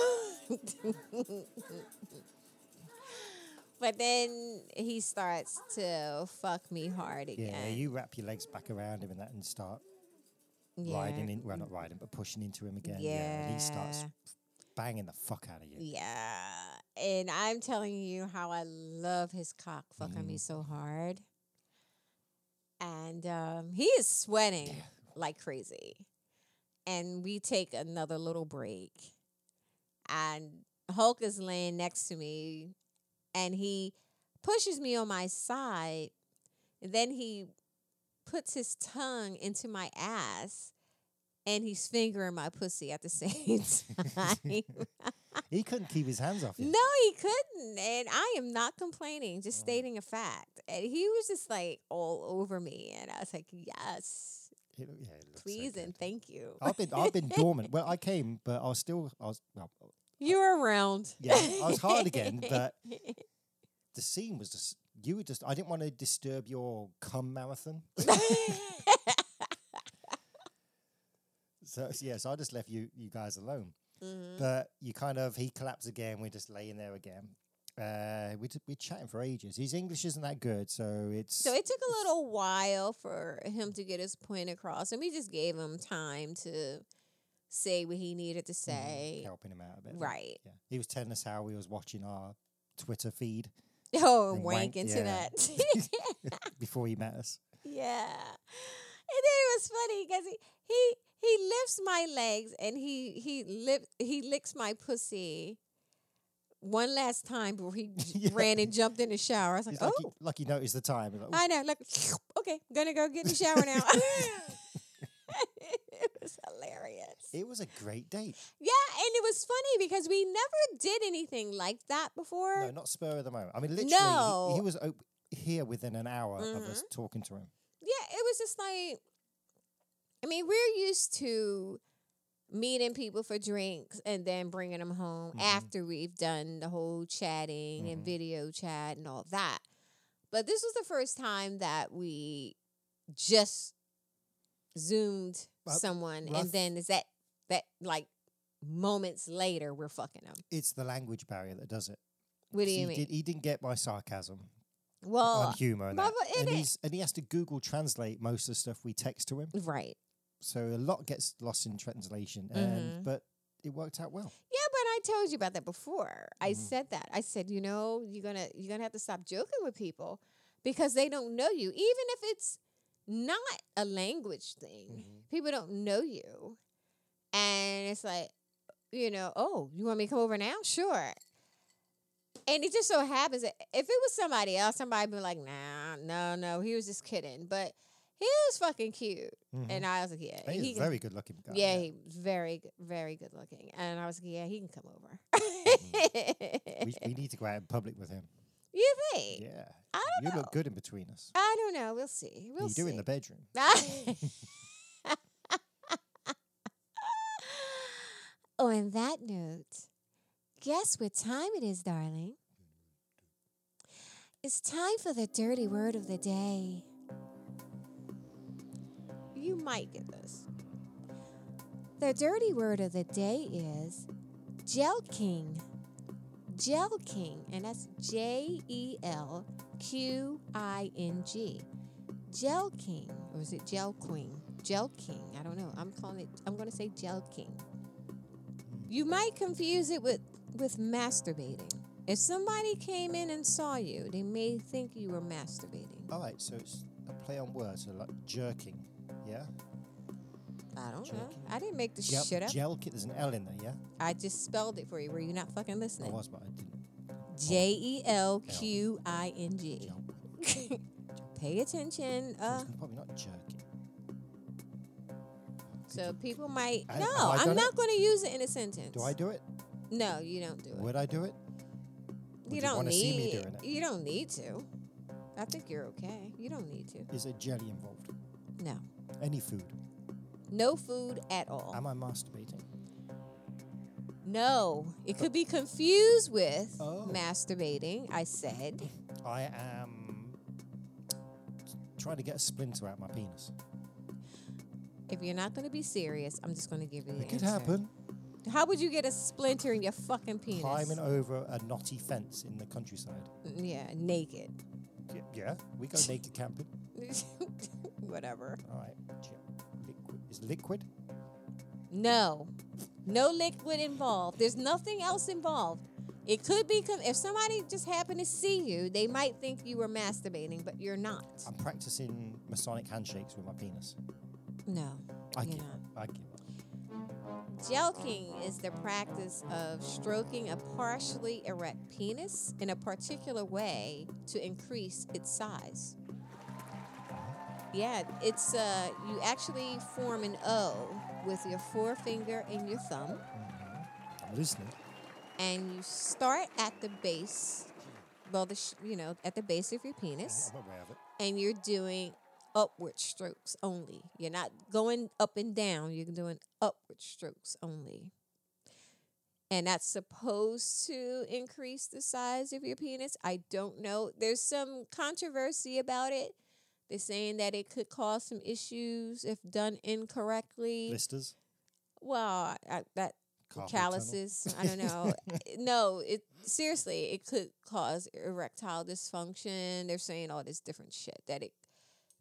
[SPEAKER 1] but then he starts to fuck me hard again.
[SPEAKER 4] Yeah, you wrap your legs back around him and that, and start riding in. Well, not riding, but pushing into him again. and he starts
[SPEAKER 1] Mm-hmm. Yeah.
[SPEAKER 4] banging the fuck out of you.
[SPEAKER 1] Yeah. And I'm telling you how I love his cock fucking me so hard. And um, he is sweating like crazy. And we take another little break. And Hulk is laying next to me and he pushes me on my side. And then he puts his tongue into my ass and he's fingering my pussy at the same time.
[SPEAKER 4] He couldn't keep his hands off you.
[SPEAKER 1] No, he couldn't. And I am not complaining,
[SPEAKER 4] Mm.
[SPEAKER 1] just stating a fact. And he was just like all over me. And I was like, yes,
[SPEAKER 4] It, yeah, it looks so
[SPEAKER 1] please
[SPEAKER 4] good.
[SPEAKER 1] and thank you.
[SPEAKER 4] I've been I've been dormant. Well, I came, but I was still I was well,
[SPEAKER 1] you were around.
[SPEAKER 4] yeah, I was hard again. But the scene was just you were just I didn't want to disturb your cum marathon. So yeah, so I just left you you guys alone.
[SPEAKER 1] Mhm.
[SPEAKER 4] But you kind of he collapsed again. We're just laying there again. Uh, we we're chatting for ages. His English isn't that good, so it's mm,
[SPEAKER 1] So it took a little while for him to get his point across. And we just gave him time to say what he needed to
[SPEAKER 4] mhm,
[SPEAKER 1] say.
[SPEAKER 4] helping him out a bit.
[SPEAKER 1] Right.
[SPEAKER 4] Yeah. He was telling us how he was watching our Twitter feed
[SPEAKER 1] Oh,
[SPEAKER 4] And
[SPEAKER 1] wank
[SPEAKER 4] wank,
[SPEAKER 1] into
[SPEAKER 4] yeah.
[SPEAKER 1] that.
[SPEAKER 4] before he met us.
[SPEAKER 1] yeah. And then it was funny because he, he he lifts my legs and he he lip, he licks my pussy one last time before he j-
[SPEAKER 4] Yeah.
[SPEAKER 1] ran and jumped in the shower. I was like,
[SPEAKER 4] He's
[SPEAKER 1] oh,
[SPEAKER 4] like, he, like he noticed the time. He's like, "Oh,
[SPEAKER 1] I know. Like, okay, gonna go get in the shower now. it was hilarious.
[SPEAKER 4] it was a great date.
[SPEAKER 1] Yeah, and it was funny because we never did anything like that before.
[SPEAKER 4] No, not spur of the moment. I mean, literally, he,
[SPEAKER 1] No. Mm-hmm.
[SPEAKER 4] he was op- here within an hour of us talking to him.
[SPEAKER 1] yeah, it was just like, I mean, we're used to meeting people for drinks and then bringing them home
[SPEAKER 4] Mm-hmm.
[SPEAKER 1] after we've done the whole chatting and
[SPEAKER 4] Mhm.
[SPEAKER 1] video chat and all that. But this was the first time that we just zoomed
[SPEAKER 4] Well,
[SPEAKER 1] someone,
[SPEAKER 4] well, I
[SPEAKER 1] and
[SPEAKER 4] th-
[SPEAKER 1] then is that that like moments later we're fucking them?
[SPEAKER 4] It's the language barrier that does it.
[SPEAKER 1] What do
[SPEAKER 4] 'Cause
[SPEAKER 1] you
[SPEAKER 4] he,
[SPEAKER 1] mean? Oh,
[SPEAKER 4] Did, he didn't get my sarcasm
[SPEAKER 1] well,
[SPEAKER 4] and humour. And,
[SPEAKER 1] but-
[SPEAKER 4] that.
[SPEAKER 1] but it-
[SPEAKER 4] and,
[SPEAKER 1] it-
[SPEAKER 4] he's, and he has to Google translate most of the stuff we text to him.
[SPEAKER 1] right.
[SPEAKER 4] So a lot gets lost in translation.
[SPEAKER 1] Mhm.
[SPEAKER 4] And, but it worked out well.
[SPEAKER 1] Yeah, but I told you about that before. I
[SPEAKER 4] Mhm.
[SPEAKER 1] said that. I said, you know, you're gonna you're gonna have to stop joking with people because they don't know you. Even if it's not a language thing, people don't know you. And it's like, you know, oh, you want me to come over now? Sure. And it just so happens that if it was somebody else, somebody would be like, nah, no, no, he was just kidding. But he was fucking cute.
[SPEAKER 4] Mhm.
[SPEAKER 1] And I was like, yeah.
[SPEAKER 4] And he's
[SPEAKER 1] Mm-hmm. he
[SPEAKER 4] a
[SPEAKER 1] can-
[SPEAKER 4] very good looking guy.
[SPEAKER 1] yeah, he was very, good- very good looking. And I was like, yeah, he can come over.
[SPEAKER 4] Mm-hmm. we, we need to go out in public with him.
[SPEAKER 1] you think?
[SPEAKER 4] Yeah.
[SPEAKER 1] I
[SPEAKER 4] You
[SPEAKER 1] don't know.
[SPEAKER 4] look good in between us.
[SPEAKER 1] I don't know. We'll see. We'll
[SPEAKER 4] you
[SPEAKER 1] see.
[SPEAKER 4] do in the bedroom.
[SPEAKER 1] On that note, guess what time it is, darling? It's time for the dirty word of the day. You might get this. The dirty word of the day is Gel King. Gel King, and that's J E L Q I N G. Gel King, or is it Gel Queen? Gel King. I don't know. I'm calling it. I'm going to say Gel King.
[SPEAKER 4] Hmm.
[SPEAKER 1] You might confuse it with with masturbating. If somebody came in and saw you, they may think you were masturbating.
[SPEAKER 4] All right, so it's a play on words, so like jerking. Yeah?
[SPEAKER 1] I don't know. I didn't make this
[SPEAKER 4] Gel,
[SPEAKER 1] shit up.
[SPEAKER 4] gel kit, there's an L in there, yeah?
[SPEAKER 1] I just spelled it for you. Were you not fucking
[SPEAKER 4] Oh, I
[SPEAKER 1] listening?
[SPEAKER 4] was, but I didn't.
[SPEAKER 1] J E L Q I N G.
[SPEAKER 4] Gel.
[SPEAKER 1] Pay attention.
[SPEAKER 4] So
[SPEAKER 1] Uh,
[SPEAKER 4] it's probably not jerking.
[SPEAKER 1] so people might.
[SPEAKER 4] I-
[SPEAKER 1] no,
[SPEAKER 4] have I
[SPEAKER 1] I'm
[SPEAKER 4] done it?
[SPEAKER 1] not going to use it in a sentence.
[SPEAKER 4] Do I do it?
[SPEAKER 1] No, you don't do it.
[SPEAKER 4] Would I do it? Would
[SPEAKER 1] you
[SPEAKER 4] you
[SPEAKER 1] don't
[SPEAKER 4] wanna
[SPEAKER 1] need.
[SPEAKER 4] see me doing it?
[SPEAKER 1] You don't need to. I think you're okay. You don't need to.
[SPEAKER 4] Is a jelly involved?
[SPEAKER 1] No,
[SPEAKER 4] Any food?
[SPEAKER 1] no food at all.
[SPEAKER 4] Am I masturbating?
[SPEAKER 1] No, it could be confused with
[SPEAKER 4] Oh.
[SPEAKER 1] masturbating. I said.
[SPEAKER 4] I am trying to get a splinter out my penis.
[SPEAKER 1] If you're not going to be serious, I'm just going to give you the
[SPEAKER 4] It could
[SPEAKER 1] answer.
[SPEAKER 4] happen.
[SPEAKER 1] How would you get a splinter in your fucking penis?
[SPEAKER 4] Climbing over a knotty fence in the countryside.
[SPEAKER 1] yeah, naked.
[SPEAKER 4] Y- Yeah, we go naked camping.
[SPEAKER 1] Whatever.
[SPEAKER 4] All right, ge- liquid is liquid.
[SPEAKER 1] No, no liquid involved. There's nothing else involved. It could be com- if somebody just happened to see you, they might think you were masturbating, but you're not.
[SPEAKER 4] I'm practicing Masonic handshakes with my penis.
[SPEAKER 1] No,
[SPEAKER 4] I
[SPEAKER 1] you're
[SPEAKER 4] give
[SPEAKER 1] not.
[SPEAKER 4] up. I give up.
[SPEAKER 1] Jelking is the practice of stroking a partially erect penis in a particular way to increase its size. Yeah, it's uh, you actually form an O with your forefinger and your thumb,
[SPEAKER 4] I'm listening.
[SPEAKER 1] and you start at the base, well, the sh- you know, at the base of your penis,
[SPEAKER 4] I'm aware of it.
[SPEAKER 1] and you're doing upward strokes only. You're not going up and down, you're doing upward strokes only. And that's supposed to increase the size of your penis. I don't know. There's some controversy about it. They're saying that it could cause some issues if done incorrectly.
[SPEAKER 4] Blisters.
[SPEAKER 1] Well, I, that
[SPEAKER 4] carpal tunnel.
[SPEAKER 1] calluses. I don't know. eh, no, it seriously, it could cause erectile dysfunction. They're saying all this different shit that it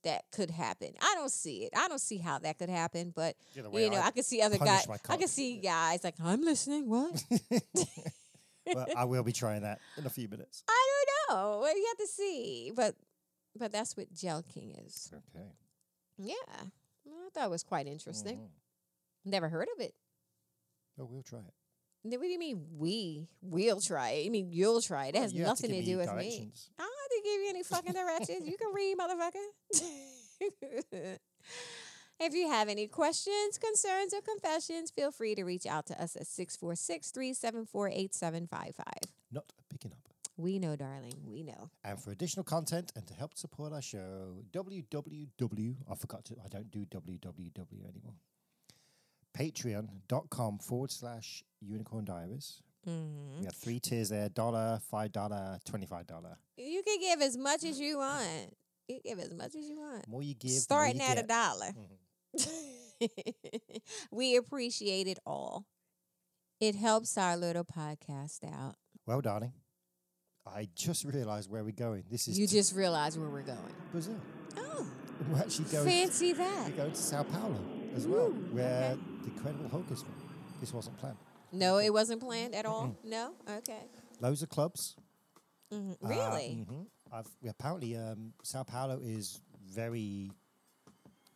[SPEAKER 1] that could happen. I don't see it. I don't see how that could happen, but
[SPEAKER 4] Get away,
[SPEAKER 1] you know, I,
[SPEAKER 4] I
[SPEAKER 1] could see other guys.
[SPEAKER 4] punish my
[SPEAKER 1] I could
[SPEAKER 4] cock.
[SPEAKER 1] see guys like I'm listening. What?
[SPEAKER 4] but I will be trying that in a few minutes.
[SPEAKER 1] I don't know. Well, you have to see. But but that's what Gel King is.
[SPEAKER 4] Okay.
[SPEAKER 1] Yeah. Well, I thought it was quite interesting.
[SPEAKER 4] Mhm.
[SPEAKER 1] Never heard of it.
[SPEAKER 4] Oh, we'll try it.
[SPEAKER 1] Then What do you mean we? We'll try it. I mean, you'll try it. It has
[SPEAKER 4] Oh, You have
[SPEAKER 1] nothing to,
[SPEAKER 4] give
[SPEAKER 1] do
[SPEAKER 4] me
[SPEAKER 1] with me.
[SPEAKER 4] directions.
[SPEAKER 1] I don't have to give you any fucking directions. you can read, motherfucker. if you have any questions, concerns, or confessions, feel free to reach out to us at 646 374 8755.
[SPEAKER 4] Not picking up.
[SPEAKER 1] We know, darling. We know.
[SPEAKER 4] And for additional content and to help support our show, www. I forgot to. I don't do www anymore. Patreon.com forward slash Unicorn Diaries.
[SPEAKER 1] Mm-hmm.
[SPEAKER 4] We have three tiers there: dollar, five dollar, twenty-five dollar.
[SPEAKER 1] You can give as much as you want. You give as much as you want.
[SPEAKER 4] More you give, the more
[SPEAKER 1] Starting
[SPEAKER 4] you
[SPEAKER 1] at a
[SPEAKER 4] get.
[SPEAKER 1] dollar.
[SPEAKER 4] Mhm.
[SPEAKER 1] we appreciate it all. It helps our little podcast out.
[SPEAKER 4] Well, darling, I just realised where we're going. This is
[SPEAKER 1] you
[SPEAKER 4] to
[SPEAKER 1] just realize where we're going.
[SPEAKER 4] Brazil.
[SPEAKER 1] Oh,
[SPEAKER 4] We're actually going.
[SPEAKER 1] fancy
[SPEAKER 4] We're
[SPEAKER 1] that.
[SPEAKER 4] going to Sao Paulo as well,
[SPEAKER 1] Ooh,
[SPEAKER 4] where the Incredible Hulk is from. This wasn't planned.
[SPEAKER 1] No, it wasn't planned at all. No? Okay.
[SPEAKER 4] Loads of clubs.
[SPEAKER 1] Mhm.
[SPEAKER 4] Uh,
[SPEAKER 1] Really?
[SPEAKER 4] mhm. I've, we- apparently, um, Sao Paulo is very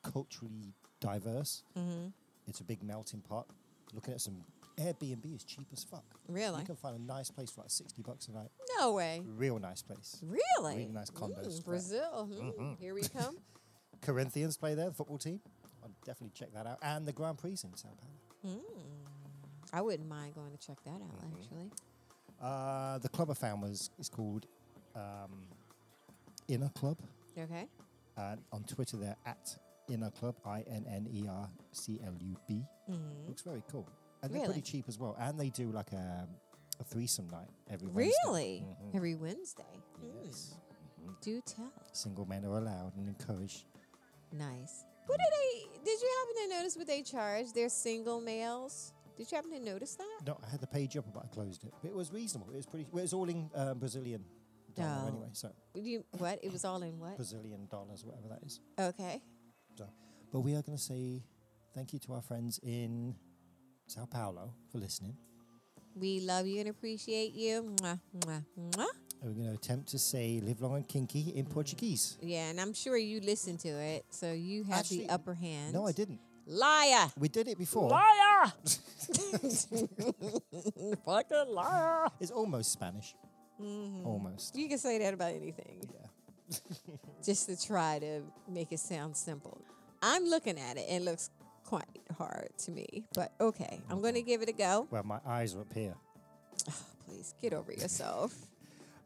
[SPEAKER 4] culturally diverse. It's a big melting pot. Looking at some Airbnb is cheap as fuck.
[SPEAKER 1] Really?
[SPEAKER 4] You can find a nice place for like 60 bucks a night.
[SPEAKER 1] No way.
[SPEAKER 4] Real nice place.
[SPEAKER 1] Really?
[SPEAKER 4] Really nice Mm-hmm. condos for
[SPEAKER 1] Mm,
[SPEAKER 4] that.
[SPEAKER 1] Brazil. Mm, Here we come.
[SPEAKER 4] Corinthians play there, the football team. I'll definitely check that out. And the Grand Prix in Sao Paulo.
[SPEAKER 1] I wouldn't mind going to check that out,
[SPEAKER 4] Mm-hmm.
[SPEAKER 1] actually.
[SPEAKER 4] Uh, the club I found was is called um, Inner Club.
[SPEAKER 1] Okay.
[SPEAKER 4] And Uh, on Twitter, they're at Inner Club, I N N E R C L U B. Looks very cool. And they're
[SPEAKER 1] Mm-hmm. Really?
[SPEAKER 4] pretty cheap as well. And they do like a, a threesome night every Wednesday. Mm-hmm.
[SPEAKER 1] Really? Every Wednesday. Mm,
[SPEAKER 4] Yes. Mm-hmm.
[SPEAKER 1] Do tell.
[SPEAKER 4] Single men are allowed and encouraged.
[SPEAKER 1] Nice. What did they? Did you happen to notice what they charge their single males? Did you happen to notice that?
[SPEAKER 4] No, I had the page up, but I closed it. But it was reasonable. It was pretty. Well, it was all in um, Brazilian dollar
[SPEAKER 1] Oh.
[SPEAKER 4] anyway. So
[SPEAKER 1] Would You, what? It was all in what?
[SPEAKER 4] Brazilian dollars, whatever that is.
[SPEAKER 1] Okay.
[SPEAKER 4] So, but we are going to say thank you to our friends in Sao Paulo for listening.
[SPEAKER 1] We love you and appreciate you. Mwah, mwah, mwah.
[SPEAKER 4] And we're going to attempt to say live long and kinky in
[SPEAKER 1] Mm-hmm.
[SPEAKER 4] Portuguese.
[SPEAKER 1] Yeah, and I'm sure you listened to it, so you have
[SPEAKER 4] Actually,
[SPEAKER 1] the upper hand.
[SPEAKER 4] No, I didn't.
[SPEAKER 1] Liar.
[SPEAKER 4] We did it before.
[SPEAKER 1] Liar. Fucking liar. Mm-hmm.
[SPEAKER 4] It's almost Spanish. Almost.
[SPEAKER 1] You can say that about anything.
[SPEAKER 4] Yeah.
[SPEAKER 1] just to try to make it sound simple. I'm looking at it. It looks quite hard to me, but okay. I'm going to give it a go.
[SPEAKER 4] Well, my eyes are up here.
[SPEAKER 1] Please get over yourself.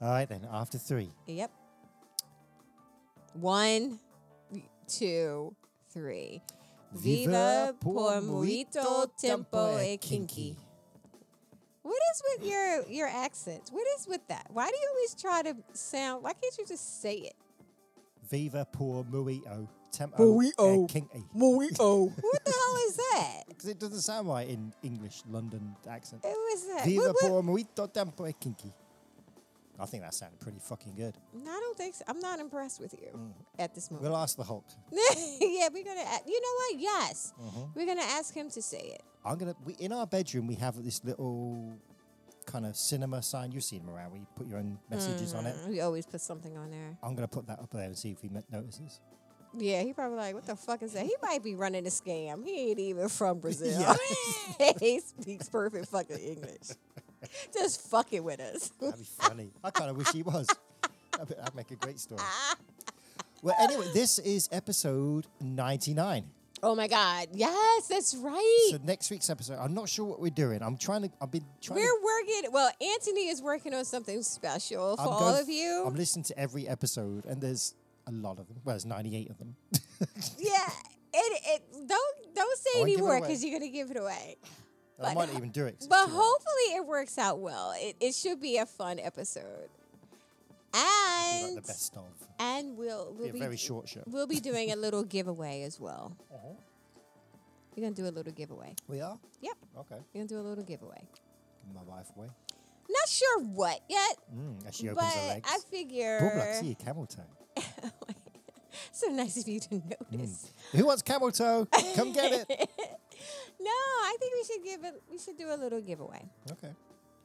[SPEAKER 4] All right, then. After three.
[SPEAKER 1] yep. One, two, three. Viva por muito tempo e kinky. What is with your your accents? What is with that? Why do you always try to sound? Why can't you just say it?
[SPEAKER 4] Viva por muito tempo
[SPEAKER 6] Muito.
[SPEAKER 4] e kinky.
[SPEAKER 6] Muito.
[SPEAKER 1] What the hell is that?
[SPEAKER 4] Because it doesn't sound right in English London accent.
[SPEAKER 1] It was that.
[SPEAKER 4] Viva
[SPEAKER 1] Eh, what- what-
[SPEAKER 4] por muito tempo e kinky. I think that sounded pretty fucking good.
[SPEAKER 1] No, I don't think so. I'm not impressed with you at this moment.
[SPEAKER 4] We'll ask the Hulk.
[SPEAKER 1] yeah, we're gonna. a- You know what? Yes, we're gonna ask him to say it.
[SPEAKER 4] I'm gonna. We, in our bedroom, we have this little kind of cinema sign. You've seen them around. where you put your own messages on it.
[SPEAKER 1] We always put something on there.
[SPEAKER 4] I'm gonna put that up there and see if he met- notices.
[SPEAKER 1] Yeah, he probably like, what the fuck is that? He might be running a scam. He ain't even from Brazil. he speaks perfect fucking English. Just fucking with us.
[SPEAKER 4] That'd be funny. I kind of wish he was. That'd, be- that'd make a great story. Well, anyway, this is episode 99.
[SPEAKER 1] Oh my god. Yes, that's right.
[SPEAKER 4] So next week's episode, I'm not sure what we're doing. I'm trying to. I've been trying.
[SPEAKER 1] we're
[SPEAKER 4] to,
[SPEAKER 1] working. Well, Anthony is working on something special for
[SPEAKER 4] I'm
[SPEAKER 1] all
[SPEAKER 4] going-
[SPEAKER 1] of you.
[SPEAKER 4] I'm listening to every episode, and there's a lot of them. Well, there's 98 of them.
[SPEAKER 1] yeah. It, it don't don't say
[SPEAKER 4] I won't give it
[SPEAKER 1] anymore
[SPEAKER 4] away.
[SPEAKER 1] because you're gonna give it away.
[SPEAKER 4] I
[SPEAKER 1] But-
[SPEAKER 4] might not even do it. 'cause it's
[SPEAKER 1] But
[SPEAKER 4] too long.
[SPEAKER 1] hopefully it works out well. It, it should be a fun episode.
[SPEAKER 4] Be
[SPEAKER 1] And
[SPEAKER 4] like the best of.
[SPEAKER 1] and we'll
[SPEAKER 4] Be
[SPEAKER 1] we'll
[SPEAKER 4] a
[SPEAKER 1] be,
[SPEAKER 4] very short show.
[SPEAKER 1] we'll be doing a little giveaway as well.
[SPEAKER 4] Uh-huh.
[SPEAKER 1] You're gonna do a little giveaway.
[SPEAKER 4] We are.
[SPEAKER 1] Yep,
[SPEAKER 4] Okay.
[SPEAKER 1] you're gonna do a little giveaway.
[SPEAKER 4] Give my wife away.
[SPEAKER 1] Not sure what yet,
[SPEAKER 4] Mm, as she
[SPEAKER 1] but
[SPEAKER 4] opens her legs.
[SPEAKER 1] I figure
[SPEAKER 4] Poor bloke, see your camel toe.
[SPEAKER 1] so nice of you to notice.
[SPEAKER 4] Who wants camel toe? Come get it.
[SPEAKER 1] No, I think we should give it. We should do a little giveaway.
[SPEAKER 4] Okay.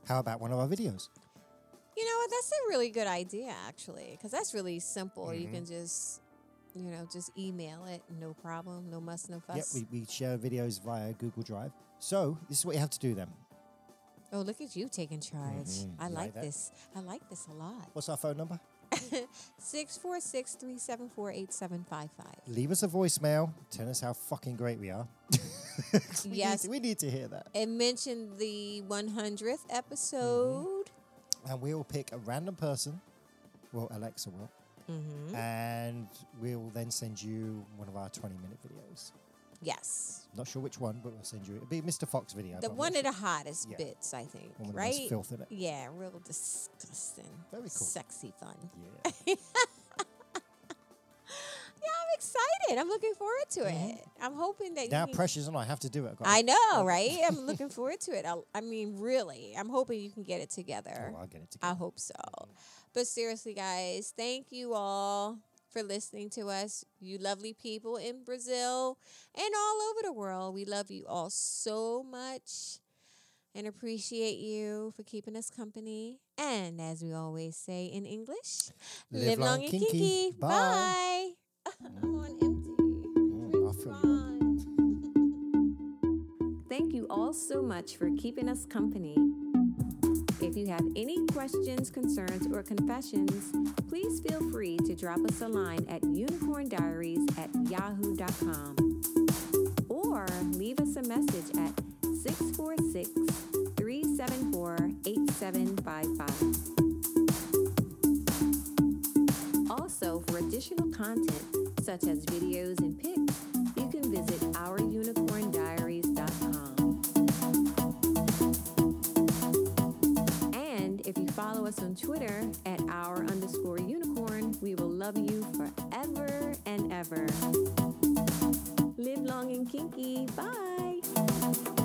[SPEAKER 4] How about one of our videos?
[SPEAKER 1] You know what? That's a really good idea, actually, because that's really simple. You
[SPEAKER 4] Mm-hmm.
[SPEAKER 1] can just, you know, just email it. No problem. No muss, no
[SPEAKER 4] Yep,
[SPEAKER 1] fuss.
[SPEAKER 4] we, we share videos via Google Drive. So this is what you have to do then.
[SPEAKER 1] oh, look at you taking charge. I
[SPEAKER 4] Mm-hmm. You like
[SPEAKER 1] like
[SPEAKER 4] that?
[SPEAKER 1] this. I like this a lot.
[SPEAKER 4] What's our phone number?
[SPEAKER 1] 646 374 8755.
[SPEAKER 4] Leave us a voicemail. Tell us how fucking great we are. we
[SPEAKER 1] Yes.
[SPEAKER 4] Need to, we need to hear that.
[SPEAKER 1] It mentioned the 100th
[SPEAKER 4] Mm-hmm.
[SPEAKER 1] episode.
[SPEAKER 4] And we'll pick a random person. Well, Alexa will. Mm-hmm. And we'll then send you one of our 20 minute videos.
[SPEAKER 1] Yes.
[SPEAKER 4] Not sure which one, but we'll send you. It'll be Mr. Fox video.
[SPEAKER 1] The
[SPEAKER 4] but
[SPEAKER 1] one
[SPEAKER 4] we'll
[SPEAKER 1] of the hottest
[SPEAKER 4] Yeah.
[SPEAKER 1] bits, I think,
[SPEAKER 4] One with the most
[SPEAKER 1] right?
[SPEAKER 4] filth in it.
[SPEAKER 1] Yeah, real disgusting.
[SPEAKER 4] Very cool.
[SPEAKER 1] Sexy fun.
[SPEAKER 4] Yeah.
[SPEAKER 1] Yeah, I'm excited. I'm looking forward to it. I'm hoping that
[SPEAKER 4] Mm-hmm. now
[SPEAKER 1] you. can-
[SPEAKER 4] pressure's on. I have to do it. I've got
[SPEAKER 1] I know, right? I'm looking forward to it. I, I mean, really, I'm hoping you can get it together.
[SPEAKER 4] Oh, I'll get it together. Mm-hmm.
[SPEAKER 1] I hope so. But seriously, guys, thank you all for listening to us, you lovely people in Brazil and all over the world. We love you all so much and appreciate you for keeping us company. And as we always say in English,
[SPEAKER 4] Live long kinky.
[SPEAKER 1] Bye.
[SPEAKER 4] Bye.
[SPEAKER 1] I'm on empty.
[SPEAKER 4] Mm, I feel you.
[SPEAKER 1] Thank you all so much for keeping us company. If you have any questions, concerns, or confessions, please feel free to drop us a line at unicorndiaries at yahoo.com or leave us a message at 646 374 8755. Also, for additional content, such as videos and pics, you can visit ourunicorndiaries.com. And if you follow us on Twitter at our underscore unicorn, we will love you forever and ever. Live long and kinky. Bye.